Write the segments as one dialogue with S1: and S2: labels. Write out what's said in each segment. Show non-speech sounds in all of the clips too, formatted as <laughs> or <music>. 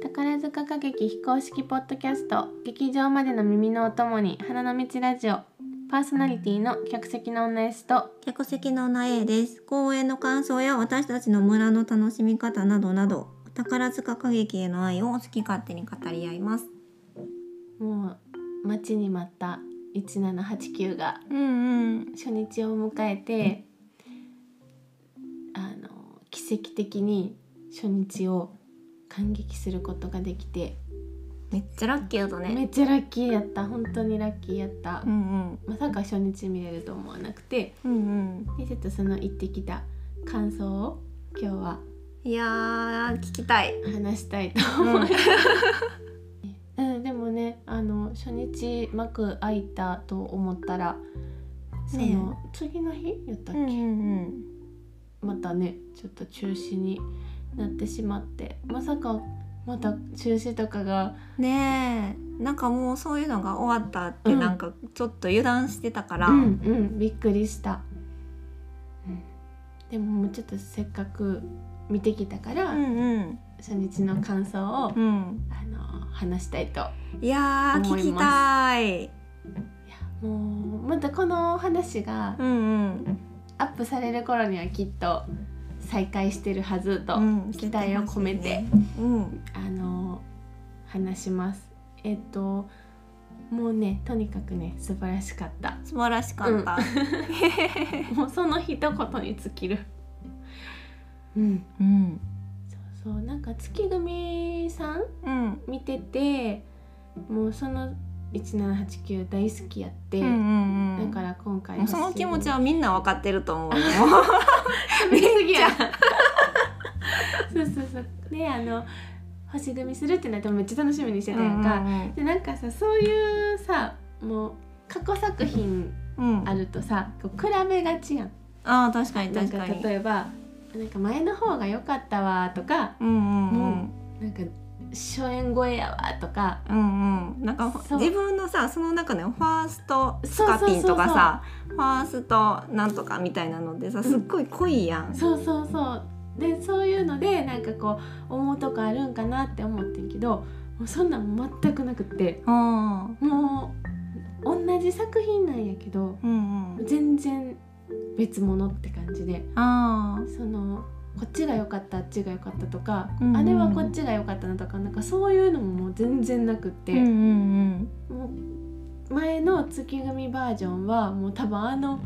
S1: 歌歌劇非公式ポッドキャスト劇場までの耳のお供に花の道ラジオパーソナリティの客席の女 S と
S2: 客席の女 A です公演の感想や私たちの村の楽しみ方などなど宝塚歌劇への愛を好き勝手に語り合います
S1: もう待ちに待った1789が
S2: うんうん
S1: 初日を迎えて、あの奇跡的に初日を感激することができて、
S2: めっちゃラッキーだった
S1: め
S2: ね
S1: っちゃラッキーやった本当にラッキーやった、
S2: うん
S1: まさか初日見れると思わなくて
S2: うんうん
S1: でちょっとその行ってきた感想を今日はい
S2: やー聞きたい、
S1: 話したいと
S2: う
S1: 思
S2: ん
S1: い、うん、でもねあの初日幕開いたと思ったらその、
S2: ね
S1: 次の日やったっ
S2: う
S1: け、
S2: んうん
S1: またねちょっと中止になってしまってまさかまた中止とかが
S2: うん、ねえなんかもうそういうのが終わったって、
S1: うん
S2: なんかちょっと油断してたから、
S1: うんうんびっくりした、うんでももうちょっとせっかく見てきたから、
S2: うんうん
S1: 初日の感想を、
S2: うん
S1: あの話したいとい
S2: いやー
S1: 思い
S2: 聞き
S1: ます
S2: たい
S1: やもうまたこの話が
S2: うんうん
S1: アップされる頃にはきっと再開してるはずと、
S2: うん
S1: 期待を込めて、
S2: うん
S1: あの話しますえっともうねとにかくね素晴らしかった <laughs>
S2: 素晴らしかった、
S1: もうその一言に尽きるうん
S2: うん
S1: そうそうなんか月組さん
S2: うん
S1: 見ててもうその1789大好きやって、
S2: うんうんうん
S1: だから今回
S2: もうその気持ちはみんな分かってると思うよ <laughs>
S1: 見すぎや <laughs> そうそうそうであの星組するってなってもめっちゃ楽しみにしてたやんか、でなんかさそういうさもう過去作品
S2: うんうんうん
S1: あるとさこう比べがちやん
S2: あー確かに
S1: なん
S2: 確
S1: か
S2: かに
S1: 例えばなんか前の方が良かったわとか
S2: うんうんうん
S1: なんか初演超えやわとか
S2: うんうん、なんか
S1: そう
S2: 自分のさその中でファーストス
S1: そう
S2: カピンとかさファーストなんとかみたいなのでさすっごい濃いやん。
S1: そうそうそうでそういうのでなんかこう思うとこあるんかなって思ってんけどもうそんなん全くなくって
S2: うんうん
S1: もう同じ作品なんやけど
S2: うん、
S1: 全然別物って感じで。
S2: あー
S1: そのこっちが良かったあっちが良かったとか、
S2: うんうんうん
S1: あれはこっちが良かったなとかなんかそういうのももう全然なくって、
S2: うんうん
S1: もう前の月組バージョンはもう多分あの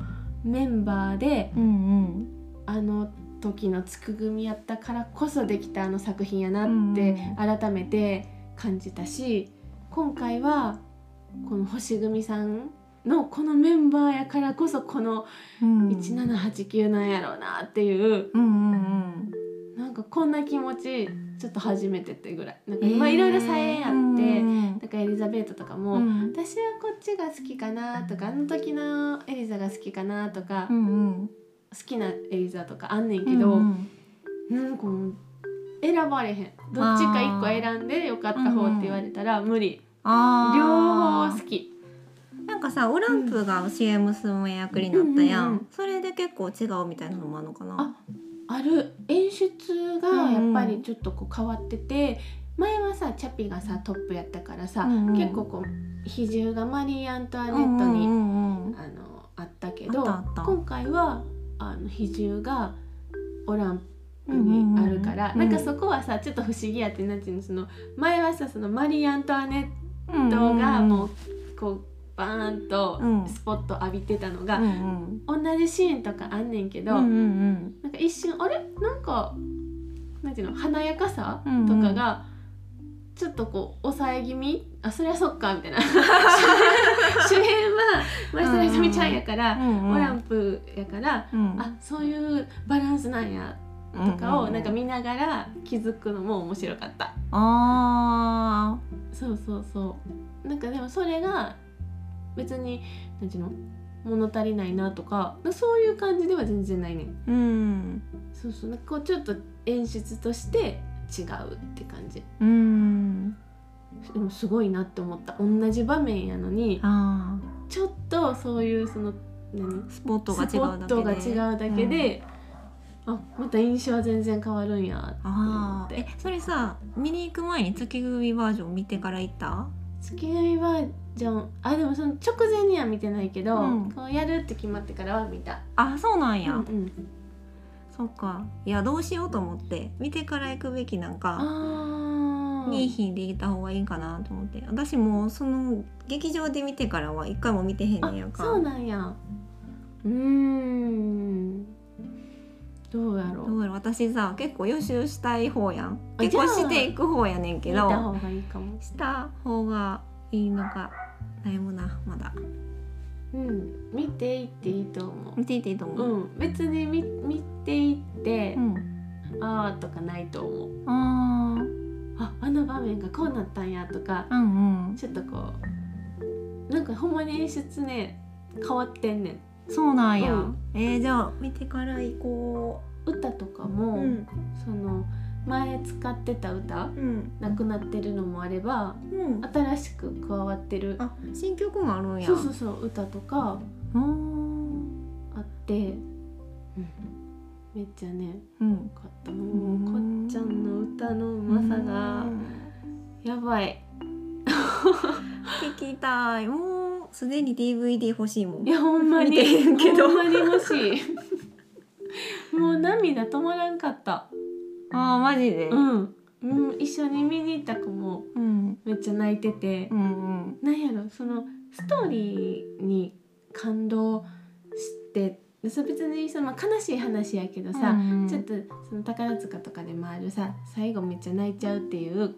S1: メンバーで
S2: うんうん
S1: あの時の月組やったからこそできたあの作品やな
S2: うんう
S1: っ
S2: ん
S1: て改めて感じたし今回はこの星組さんのこのメンバーやからこそこの
S2: うん
S1: 1789なんやろうなっていう
S2: うんうん
S1: なんかこんな気持ちちょっと初めてってぐらいなん
S2: う
S1: か
S2: ん
S1: 今いろいろ再演あって、
S2: うんうん
S1: なんかエリザベートとかも、
S2: うん
S1: 私はこっちが好きかなとかあの時のエリザが好きかなとか、
S2: う
S1: 好
S2: んうん
S1: きなエリザとかあんねんけど、
S2: うんうん
S1: なんかもう選ばれへんどっちか一個選んでよかった方って言われたら無理、
S2: あー
S1: 両方好き
S2: なんかさオランプが CM スムエ役になったやん、
S1: うんうんうん
S2: それで結構違うみたいなのもあるのかな
S1: ある演出がやっぱりちょっとこう変わってて、前はさチャピがさトップやったからさ、
S2: うんうん
S1: 結構こう比重がマリー・アントワネ
S2: うん
S1: ットに、
S2: うんうんうん
S1: あのあったけど
S2: あったあった
S1: 今回はあの比重がオランプ
S2: うんうんうん
S1: に
S2: うん
S1: あるから、なんかそこはさちょっと不思議やってなんていうのその前はさそのマリー・アントワネットがもうこうバーンと
S2: うん
S1: スポット浴びてたの
S2: うん
S1: が、
S2: うん
S1: 同じシーンとかあんねんけど、
S2: うんうん
S1: なんか一瞬あれなんかなんていうの華やかさ
S2: うんうん
S1: とかが、ちょっとこう抑え気味あそりゃそっかみたい
S2: <laughs>
S1: な主演は前下ひとみちゃんやから、
S2: うん
S1: オランプやから、
S2: うん
S1: あそういうバランスなんやとかをなんか見ながら気づくのも面白かった。
S2: あ
S1: そうそうそうなんかでもそれが別になんていうの物足りないなとかそういう感じでは全然ないねん。
S2: ーうん
S1: そうそうなんかこうちょっと演出として違うって感じ
S2: うん
S1: でもすごいなって思った同じ場面やのに
S2: あ
S1: ちょっとそういうその何
S2: ースポットが違
S1: スポ
S2: う
S1: ッ
S2: だけで
S1: トが違うだけで、あまた印象は全然変わるんやって思
S2: あ
S1: っ
S2: あ
S1: て
S2: えそれさ見に行く前に月組バージョン見てから行った
S1: 月組バージョンあでもその直前には見てないけど、
S2: うん
S1: こうやるって決まってからは見た
S2: あそうなんや、
S1: うんうん、
S2: そっかいやどうしようと思って見てから行くべきなんか
S1: あ
S2: 見えひんで行った方がいいんかなと思って私もうその劇場で見てからは一回も見てへんねんやん
S1: あ
S2: か
S1: そうなんやうーんどうやろう
S2: どうやろ私さ結構予習したい方やん
S1: あ
S2: 結構
S1: じゃあ
S2: していく方やねんけ
S1: 見た
S2: ど
S1: 方がいいかも
S2: した方がいいのか悩むなまだ
S1: うん見ていっていいと思う
S2: 見ていていいと
S1: う
S2: 思う、
S1: ん別に見見ていって、
S2: ん、
S1: ああとかないと思う
S2: あー
S1: ああの場面がこうなったんやとか
S2: うんうん
S1: ちょっとこうなんかほんまに演出ね変わってんねん
S2: そうなんや、
S1: うん
S2: えー、じゃあ見てから行こ
S1: 歌とか
S2: う
S1: も、
S2: うん
S1: その前使ってた歌
S2: うん
S1: なくなってるのもあれば
S2: うん
S1: 新しく加わってる
S2: あ新曲もあるんや
S1: そうそうそう歌とか
S2: うーん
S1: あって、めっちゃねよ
S2: うん
S1: かったもうこっちゃんの歌のうまさが
S2: うん
S1: やばい
S2: 聞きたいもうすでに DVD 欲しいもん
S1: いやほんまに
S2: 見てるけど
S1: ほんまに欲しいもう涙止まらんかった
S2: あーマジで
S1: うん、うん、一緒に見に行った子も
S2: うん
S1: めっちゃ泣いてて
S2: う、ん
S1: なんやろそのストーリーに感動してそう別にそのまあ悲しい話やけど
S2: うん
S1: さ、
S2: うん
S1: ちょっとその宝塚とかでもあるさ最後めっちゃ泣いちゃうっていう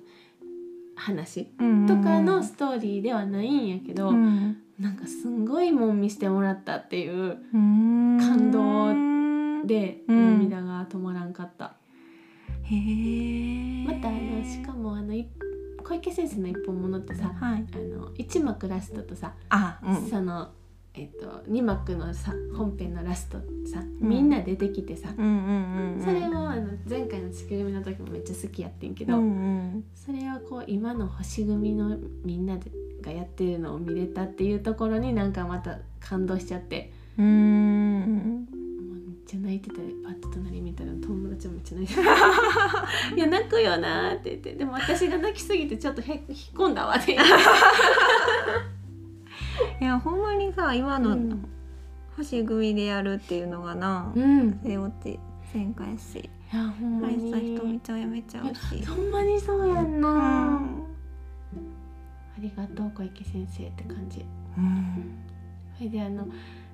S1: 話
S2: うん
S1: とかのストーリーではないんやけど、
S2: うん
S1: なんかすんごいもん見してもらったっていう
S2: 感
S1: 動で
S2: うん
S1: 涙が止まらんかった、
S2: へえ
S1: またあのしかもあのい小池先生の一本物ってさ
S2: はい
S1: あの1幕ラストとさ、
S2: あうん
S1: その、えっと、2幕のさ本編のラストさみんな出てきてさ、
S2: うんうんうん
S1: それをあの前回の「月組」の時もめっちゃ好きやってんけ
S2: う
S1: ど、
S2: ん
S1: それをこう今の星組のみんなでがやってるのを見れたっていうところになんかまた感動しちゃって
S2: うんうん
S1: もうめっちゃ泣いてたりパッと隣見たら友達もめっちゃ泣いてたいや泣くよなーって言ってでも私が泣きすぎてちょっとへ引っ込んだわって言って
S2: いやほんまにさ今
S1: う
S2: の
S1: ん
S2: 星組でやるっていうのがな
S1: うんい
S2: 背負って前回やし
S1: やほん
S2: あ
S1: ま
S2: れさ
S1: に
S2: 人見ちゃやめちゃうし
S1: ほんまにそうやんな、
S2: う
S1: あ
S2: ん
S1: りがとう小池先生って感じ
S2: うん
S1: それであの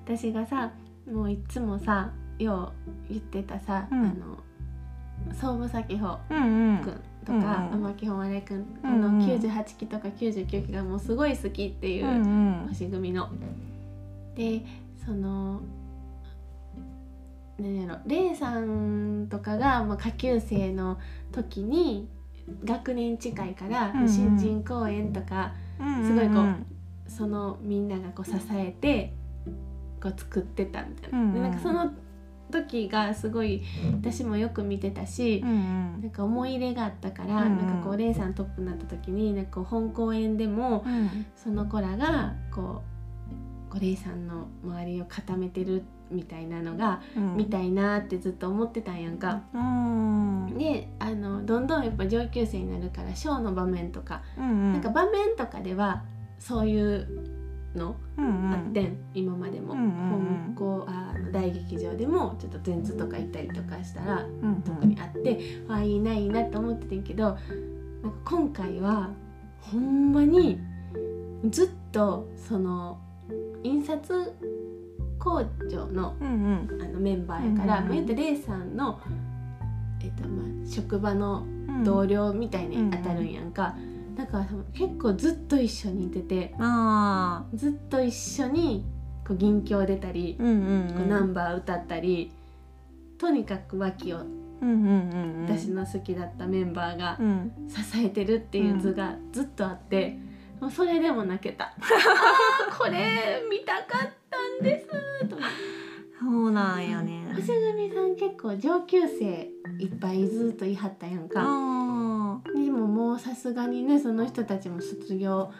S1: 私がさもういつもさよう言ってたさ、
S2: うん
S1: あの総武咲穂
S2: うん
S1: くんと
S2: うん
S1: か
S2: うん
S1: 天城誉れくんあ
S2: う
S1: の
S2: んうん
S1: 98期とか99期がもうすごい好きっていううん星組の。でその何やろレイさんとかが、まあ、下級生の時に学年近いから、
S2: うんうん
S1: 新人公演とか
S2: うん
S1: すごいこうそのみんながこう支えてこう作ってたみたいな。
S2: うんうん
S1: でなんかその時がすごい私もよく見てたし、
S2: うんうん
S1: なんか思い入れがあったから、
S2: うんうん
S1: なんかこうレイさんトップになった時になんかこう本公演でも
S2: うん
S1: その子らがこうこうレイさんの周りを固めてるみたいなのが
S2: うん
S1: 見たいなってずっと思ってたんやんか。
S2: うんうん
S1: であのどんどんやっぱ上級生になるからショーの場面とか、なんか場面とかではそういうの
S2: うんうん
S1: あってん、今までも。
S2: うんうんうん
S1: 本校ああの大劇場でもちょっと前図とか行ったりとかしたら
S2: うんうん
S1: 特にあって、あいいないいなと思っててんけどなんか今回はほんまにずっとその印刷工場の
S2: うんうん
S1: あのメンバーやから、
S2: うんうんうん
S1: まあ言ったらレイさんの、えっとまあ、職場の
S2: うん
S1: 同僚みたいに当たる
S2: うん
S1: んやんか、だから結構ずっと一緒にいてて
S2: あ
S1: ずっと一緒にこう銀鏡出たり
S2: あ、、うんうん
S1: こうナンバー歌ったりとにかく和気を
S2: うんうんうんうん、
S1: 私の好きだったメンバーが
S2: うん、
S1: 支えてるっていう図がずっとあって、もうそれでも泣けたあ
S2: <laughs>
S1: ーこれ見たかったんですと思って
S2: そうなんやね。
S1: 星組さん結構上級生いっぱいずっと言い張ったやんか
S2: ああ、
S1: でももうさすがにねその人たちも卒業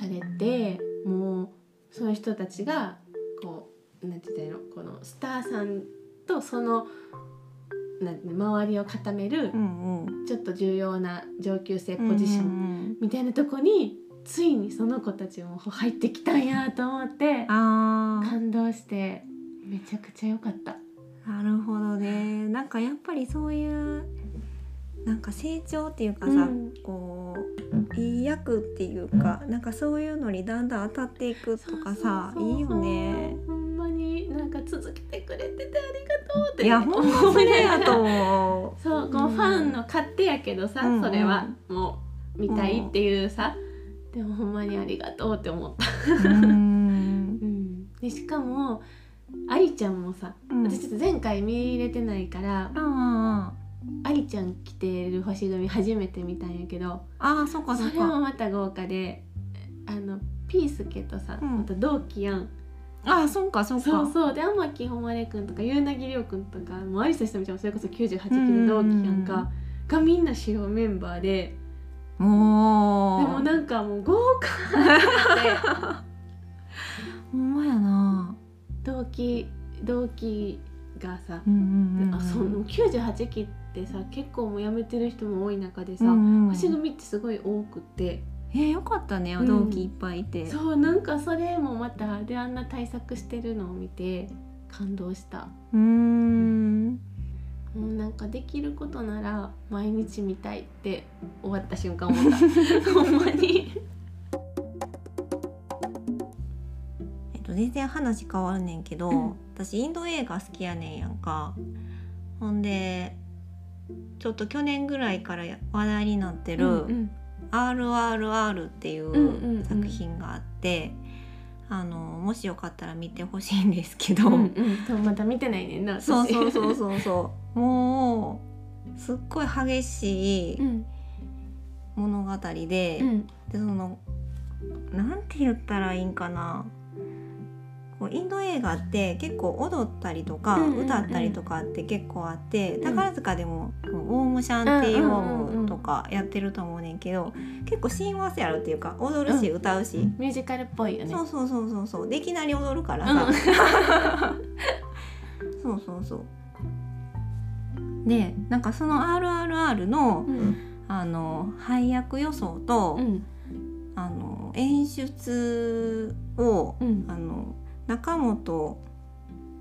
S1: されてもうその人たちがこうなんて言ったらいいのこのスターさんとそのなんて周りを固める
S2: うんうん
S1: ちょっと重要な上級生ポジショ
S2: うん
S1: ン
S2: うん
S1: みたいなとこについにその子たちも入ってきたんやと思って
S2: うんあー
S1: 感動してめちゃくちゃ良かった。
S2: なるほどねなんかやっぱりそういうなんか成長っていうかさ、
S1: うん
S2: こういい役っていうかなんかそういうのにだんだん当たっていくとかさ
S1: そうそうそう
S2: いいよね。
S1: ほんまになんか続けてくれててありがとうって
S2: いやほんまそれやと思
S1: <laughs>
S2: う。
S1: そうこうファンの勝手やけどさ、
S2: うん
S1: それはもう見たいっていうさ、でもほんまにありがとうって思った、
S2: うん
S1: でしかもありちゃんもさ、
S2: うん
S1: 私ちょっと前回見れてないから
S2: あ
S1: ありちゃん着てる星組初めて見たんやけど
S2: あああそっかそっ
S1: それも
S2: か。
S1: また豪華であのピースケとさ、
S2: うん
S1: あと同期やん
S2: ああそっかそっか。
S1: そうそうで天木誉くんとか夕凪涼くんとかもう有沙ひとみちゃんもそれこそ98期
S2: うん
S1: の同期やんかがみんな主要メンバーでで
S2: もう
S1: もなんかもう豪華
S2: <laughs>
S1: って
S2: ほんまやな。
S1: 同期同期がさ、
S2: うんうんうん。
S1: あその98期ってさ結構もう辞めてる人も多い中でさ、
S2: うんうん
S1: 星組ってすごい多くて
S2: えー、よかったね
S1: うん
S2: 同期いっぱいいて。
S1: そうなんかそれもまたであんな対策してるのを見て感動した
S2: うーん。
S1: もうなんかできることなら毎日見たいって終わった瞬間思った <laughs> ほんまに
S2: えっと全然話変わるねんけど、
S1: うん
S2: 私インド映画好きやねんやんかほんでちょっと去年ぐらいから話題になってる「
S1: うん、
S2: RRR」ってい
S1: んうんう
S2: うん作品があって、あのもしよかったら見てほしいんですけど、
S1: うんうんそうまだ見てないねんな私
S2: そうそうそうそうそうもうすっごい激しい
S1: ん
S2: 物語で。
S1: うん
S2: でそのなんて言ったらいいんかなこうインド映画って結構踊ったりとか
S1: うんうんうん
S2: 歌ったりとかって結構あって、
S1: ん
S2: 宝塚でもこう「オウムシャンテイオ
S1: うんうんうん
S2: ウ
S1: うん
S2: ム」とかやってると思うねんけど結構親和性あるっていうか踊るし歌うし、
S1: ミュージカルっぽいよね
S2: そうそうそうそうそうでいきなり踊るから
S1: う
S2: さ、
S1: ん
S2: <laughs> そうそうそう。でなんかその「RRR の」
S1: うん
S2: あの配役予想と、
S1: うん
S2: あの演出を、
S1: うん
S2: あの中本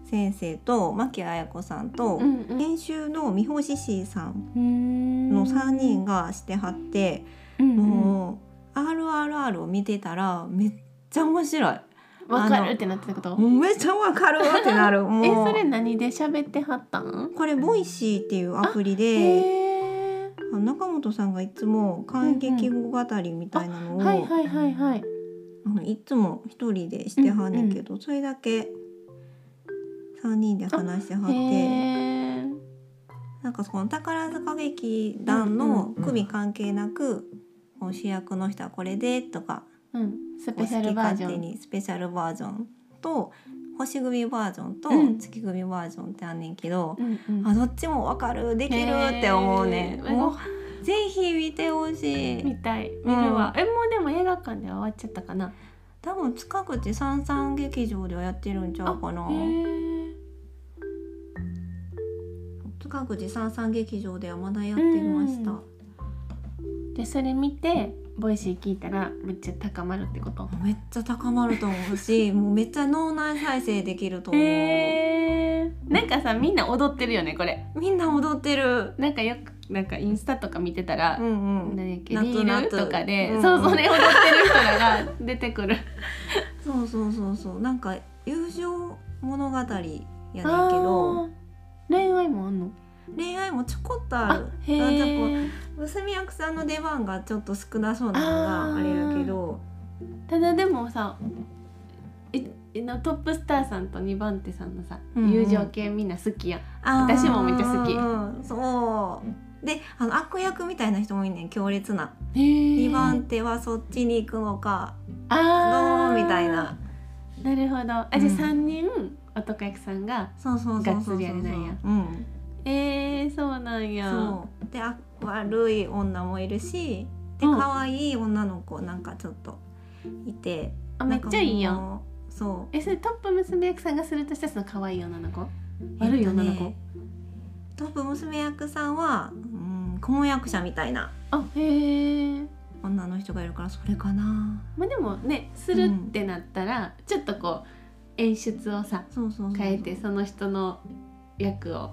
S2: 先生と牧彩子さんと、
S1: うん
S2: 編集の三星志さん
S1: うん
S2: の3人がしてはって、
S1: うんうん
S2: もう「RRR」を見てたらめっちゃ面白い
S1: わかるってなってたこと
S2: もうめっちゃわかるわってなるも
S1: <laughs>
S2: う
S1: えそれ何で喋ってはったん
S2: これボイシーっていうアプリ
S1: へ
S2: で
S1: え
S2: あの中本さんがいつも感激語語りみたいなのを、
S1: はいはいはいはい
S2: あのいつも一人でしてはんねんけど、それだけ3人で話してはっ
S1: へ
S2: て
S1: え
S2: なんかその宝塚劇団の組関係なく、こう主役の人はこれでとか
S1: うんス
S2: こう
S1: ペシャルバージョン
S2: にスペシャルバージョンと星組バージョンと
S1: うん
S2: 月組バージョンってあんねんけど、
S1: うんうん
S2: あどっちもわかるできるって思うね
S1: へー
S2: ん。もうぜひ見てほしい
S1: 見たい見るわ、えもうでも映画館では終わっちゃったかな
S2: 多分近くて三三劇場ではやってるんちゃうかな
S1: へ。ー
S2: 塚口三三劇場ではまだやってました、
S1: でそれ見てボイシー聞いたらめっちゃ高まるってこと
S2: めっちゃ高まると思
S1: <laughs>
S2: うしもうめっちゃ脳内再生できると思う、
S1: へえなんかさみんな踊ってるよねこれ
S2: みんな踊ってる
S1: なんかよくなんかインスタとか見てたら、
S2: うんうん
S1: 何やっけリ
S2: ナットナ
S1: ー
S2: ッ
S1: ル
S2: ト
S1: とかで、
S2: うん
S1: そうそれ踊ってる人らが <laughs> 出て
S2: <laughs>
S1: くる
S2: そうそうそうそうなんか友情物語やねんけ
S1: あ
S2: ど
S1: ー恋愛もあんの
S2: 恋愛もちょこっとある
S1: へ
S2: あちょっ
S1: え
S2: と娘役さんの出番がちょっと少なそうなのがあれやけど
S1: ただでもさいいのトップスターさんと2番手さんのさ、
S2: うんうん
S1: 友情系みんな好きやん
S2: あー
S1: 私もめっちゃ好き
S2: うんそうであの悪役みたいな人もいんねん強烈な
S1: 二
S2: 2番手はそっちに行くのかど
S1: あ
S2: う
S1: ー
S2: みたいな
S1: なるほどあ
S2: うん
S1: じゃあ三人男役さんが
S2: そうそうそうそう
S1: がっ
S2: そ
S1: つ
S2: う
S1: りやれないんや
S2: うん、
S1: えー、そうなんや
S2: そうであ悪い女もいるしで
S1: うん
S2: 可愛い女の子なんかちょっといて、
S1: あ
S2: な
S1: めっ
S2: んか
S1: ちゃいいやん
S2: もうそ
S1: えそれトップ娘役さんがするとしたらその可愛い女の子
S2: う
S1: 悪い女の子、
S2: えっとねトップ娘役さんは、うん、顧問役者みたいな
S1: あへえ
S2: 女の人がいるからそれかな
S1: まあでもねするってなったら、ちょっとこう演出をさ
S2: そうそうそうそう
S1: 変えてその人の役を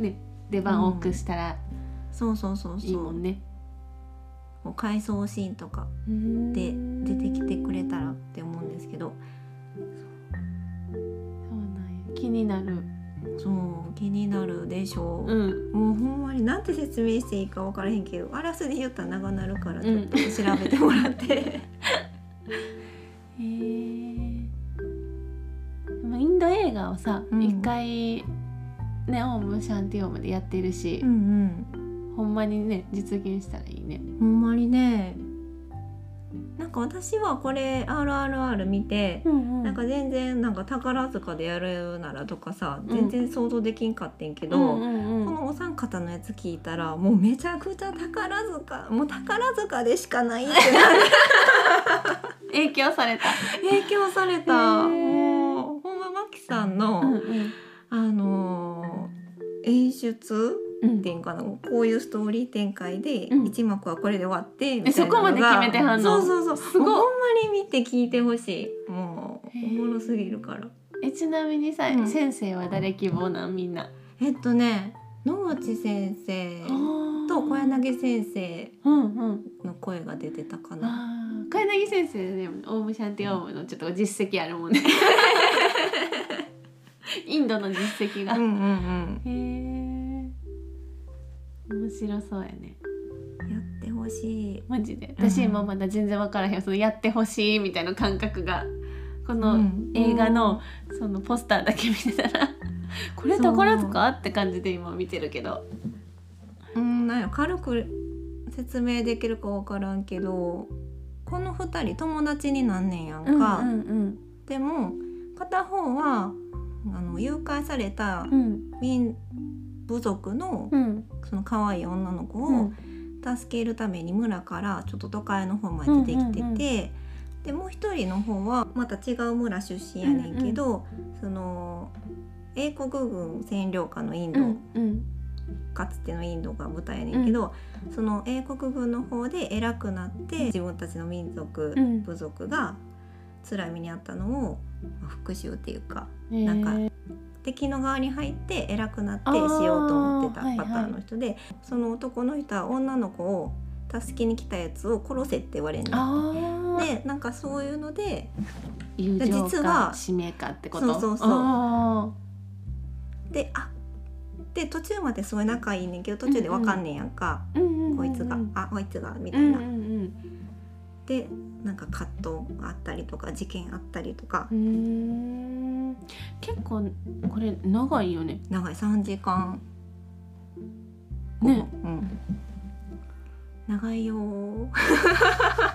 S1: ね出番多くしたら
S2: そうそうそうそう
S1: いいもんね、
S2: こう回想シーンとかで出てきてくれたらって思うんですけど
S1: そうなんや気になる
S2: そう気になるでしょ
S1: うん
S2: う、もうほんまになんて説明していいか分からへんけどあらすじ言ったら長なるからちょっと調べても
S1: <laughs>
S2: らって、
S1: へーでもインド映画をさ
S2: うん
S1: 一、回ねオウムシャンティオウムでやってるし、
S2: ん
S1: ほんまにね実現したらいいね
S2: うんほんまにねなんか私はこれ「RRR」見て、
S1: うん
S2: なんか全然なんか宝塚でやるならとかさ
S1: うん
S2: 全然想像できんかってんけど、
S1: うんうんう
S2: こ
S1: ん
S2: のお三方のやつ聞いたらもうめちゃくちゃ宝塚もう宝塚でしかないってな
S1: <laughs>
S2: る
S1: 影響された、
S2: 影響され
S1: へ
S2: た
S1: ー
S2: もうほんまマキさんの、
S1: うんうん
S2: あのー演出
S1: うん
S2: っていうかなこういうストーリー展開で
S1: うん
S2: 一幕はこれで終わってみたいなの
S1: そ
S2: が
S1: こまで決めてはんの
S2: そうそうそう
S1: すごい
S2: もうほんまに見て聞いてほしいもうおもろすぎるから
S1: えちなみにさ、
S2: うん
S1: 先生は誰希望なんみんな
S2: えっとね野口先生と小柳先生
S1: うんうん
S2: の声が出てたかな
S1: あー小柳先生でもオウムシャンティオウムのちょっと実績あるもん <laughs> ねインドの実績が、
S2: うんう
S1: へ
S2: ん
S1: え面白そうやね
S2: うんやってほしい
S1: マジで
S2: うん
S1: 私今まだ全然分からへんそのやってほしいみたいな感覚がこ
S2: う
S1: の
S2: ん
S1: 映画のそのポスターだけ見てたら <laughs> これ宝塚って感じで今見てるけど
S2: うんなんや軽く説明できるか分からんけどこの2人友達になんねんやんか、
S1: うんうん
S2: でも片方はあの誘拐された
S1: うんうん
S2: 民部族の
S1: うん
S2: その可愛い女の子
S1: う
S2: を
S1: ん
S2: 助けるために村からちょっと都会の方まで出てきてて、
S1: うんうんうん
S2: でもう一人の方はまた違う村出身やねんけど、その英国軍占領下のインド、
S1: うん
S2: かつてのインドが舞台やねんけど、その英国軍の方で偉くなって自分たちの民族、
S1: うん
S2: 部族が辛い目にあったのをまあ復讐っていうか
S1: うん
S2: なんか
S1: へー
S2: 敵の側に入って偉くなって
S1: あ
S2: し
S1: ー
S2: ようと思ってた
S1: はいはい
S2: パターンの人で、その男の人は女の子を助けに来たやつを殺せって言われるの。
S1: ああ
S2: でなんかそういうので
S1: 友
S2: で
S1: 情
S2: 実
S1: か
S2: は
S1: 使命かってこと
S2: そうそうそう
S1: あ
S2: であで途中まですごい仲いいねんけど途中でわかんねんやんか、
S1: ーうんうんうんうん
S2: こいつが、あこいつがみ
S1: う
S2: たい
S1: ん
S2: な。
S1: うん
S2: でなんか葛藤があったりとか事件あったりとか
S1: うんうーん結構これ長いよね
S2: 長い3時間
S1: ね
S2: うん長いよー <laughs>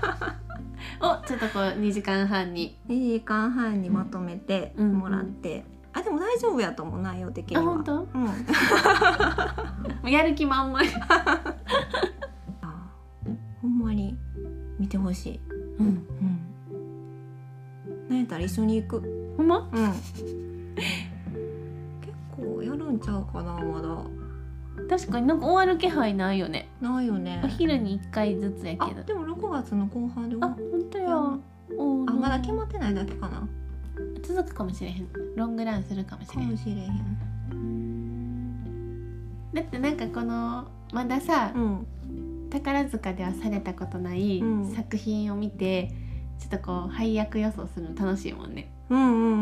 S1: をちょっとこう2時間半に
S2: 2時間半にまとめてもらって、あでも大丈夫やと思う内容的に
S1: あ
S2: は
S1: 本当
S2: うん
S1: やる気満々、
S2: あほんまに見てほしい
S1: うん、
S2: うんなんやったら一緒に行く
S1: ほんま
S2: うん結構やるんちゃうかなまだ
S1: 確かになんか終わる気配ないよね
S2: ないよね
S1: お昼に1回ずつや
S2: あ
S1: けど
S2: でも6月の後半で終
S1: あ
S2: わっ
S1: 本当やおー
S2: あまだ決まってないだけかな
S1: 続くかもしれへんロングランするかもし
S2: か
S1: れへん
S2: もしれへん
S1: だってなんかこのまださ、
S2: うん
S1: 宝塚ではされたことない
S2: うん
S1: 作品を見て、ちょっとこう配役予想するの楽しいもんね
S2: うんうんう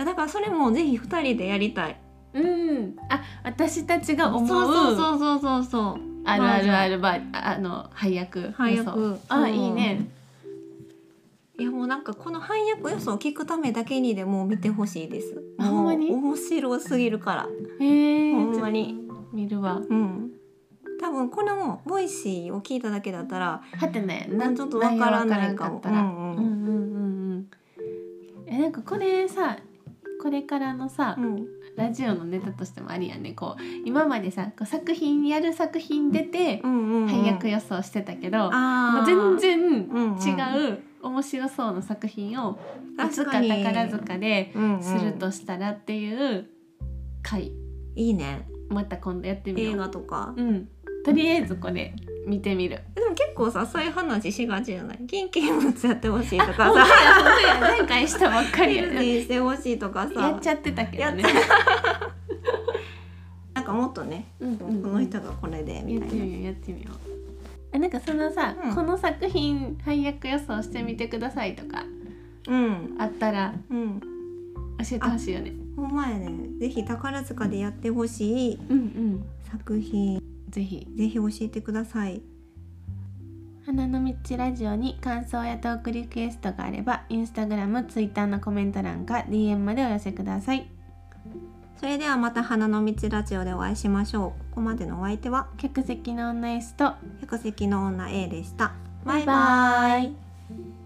S2: んだからそれもぜひ二人でやりたい
S1: うんあ私たちが
S2: そう
S1: 思う
S2: そうそうそうそうそう
S1: あるあるあるばあの配役予想
S2: 配役
S1: あ
S2: うん
S1: いいね
S2: いやもうなんかこの配役予想を聞くためだけにでも見てほしいです
S1: あほんまに
S2: もう面白すぎるから
S1: へえ
S2: ほんまに
S1: 見るわ
S2: うん多分このボイシーを聞いただけだったら
S1: はてね
S2: なんちょっとわからないかも
S1: 内容わからんかったら
S2: う
S1: うんん
S2: う
S1: うんんうんうんえなんかこれさこれからのさ、
S2: うん
S1: ラジオのネタとしてもありやねこう今までさこう作品やる作品出て
S2: うんうんうん
S1: 配役予想してたけど、
S2: あ
S1: もう
S2: ー
S1: 全然
S2: うんうん
S1: 違う面白そうな作品をいつ
S2: 確
S1: か
S2: かに
S1: 宝塚で
S2: うんうん
S1: するとしたらっていう回、
S2: いいね
S1: また今度やってみよ
S2: 映
S1: う
S2: 画とか、
S1: うんとりあえずこれ見てみる
S2: でも結構さそういう話しがちじゃない元気にもやってほしいと
S1: あ
S2: か
S1: 本当
S2: さ
S1: や本当や前回したばっかり
S2: ヘ
S1: や
S2: ル
S1: ね
S2: シーしてほしいとかさ
S1: やっちゃってたけどね
S2: やっなんかもっとね、
S1: うん
S2: こ
S1: うんうん
S2: の人がこれでみ
S1: や
S2: た
S1: っ
S2: い
S1: て
S2: な
S1: みようやってみようあなんかそのさ、
S2: うん
S1: この作品配役予想してみてくださいとか
S2: うん
S1: あったら
S2: うん
S1: 教えてほしいよね
S2: ほんまやねぜひ宝塚でやってほしい
S1: うんうん
S2: 作品
S1: ぜひ
S2: ぜひ教えてください
S1: 花の道ラジオに感想やトークリクエストがあればインスタグラム、ツイッターのコメント欄か DM までお寄せください
S2: それではまた花の道ラジオでお会いしましょうここまでのお相手は
S1: 客席の女 S と
S2: 百席の女 A でしたバイバイ
S1: バイバイ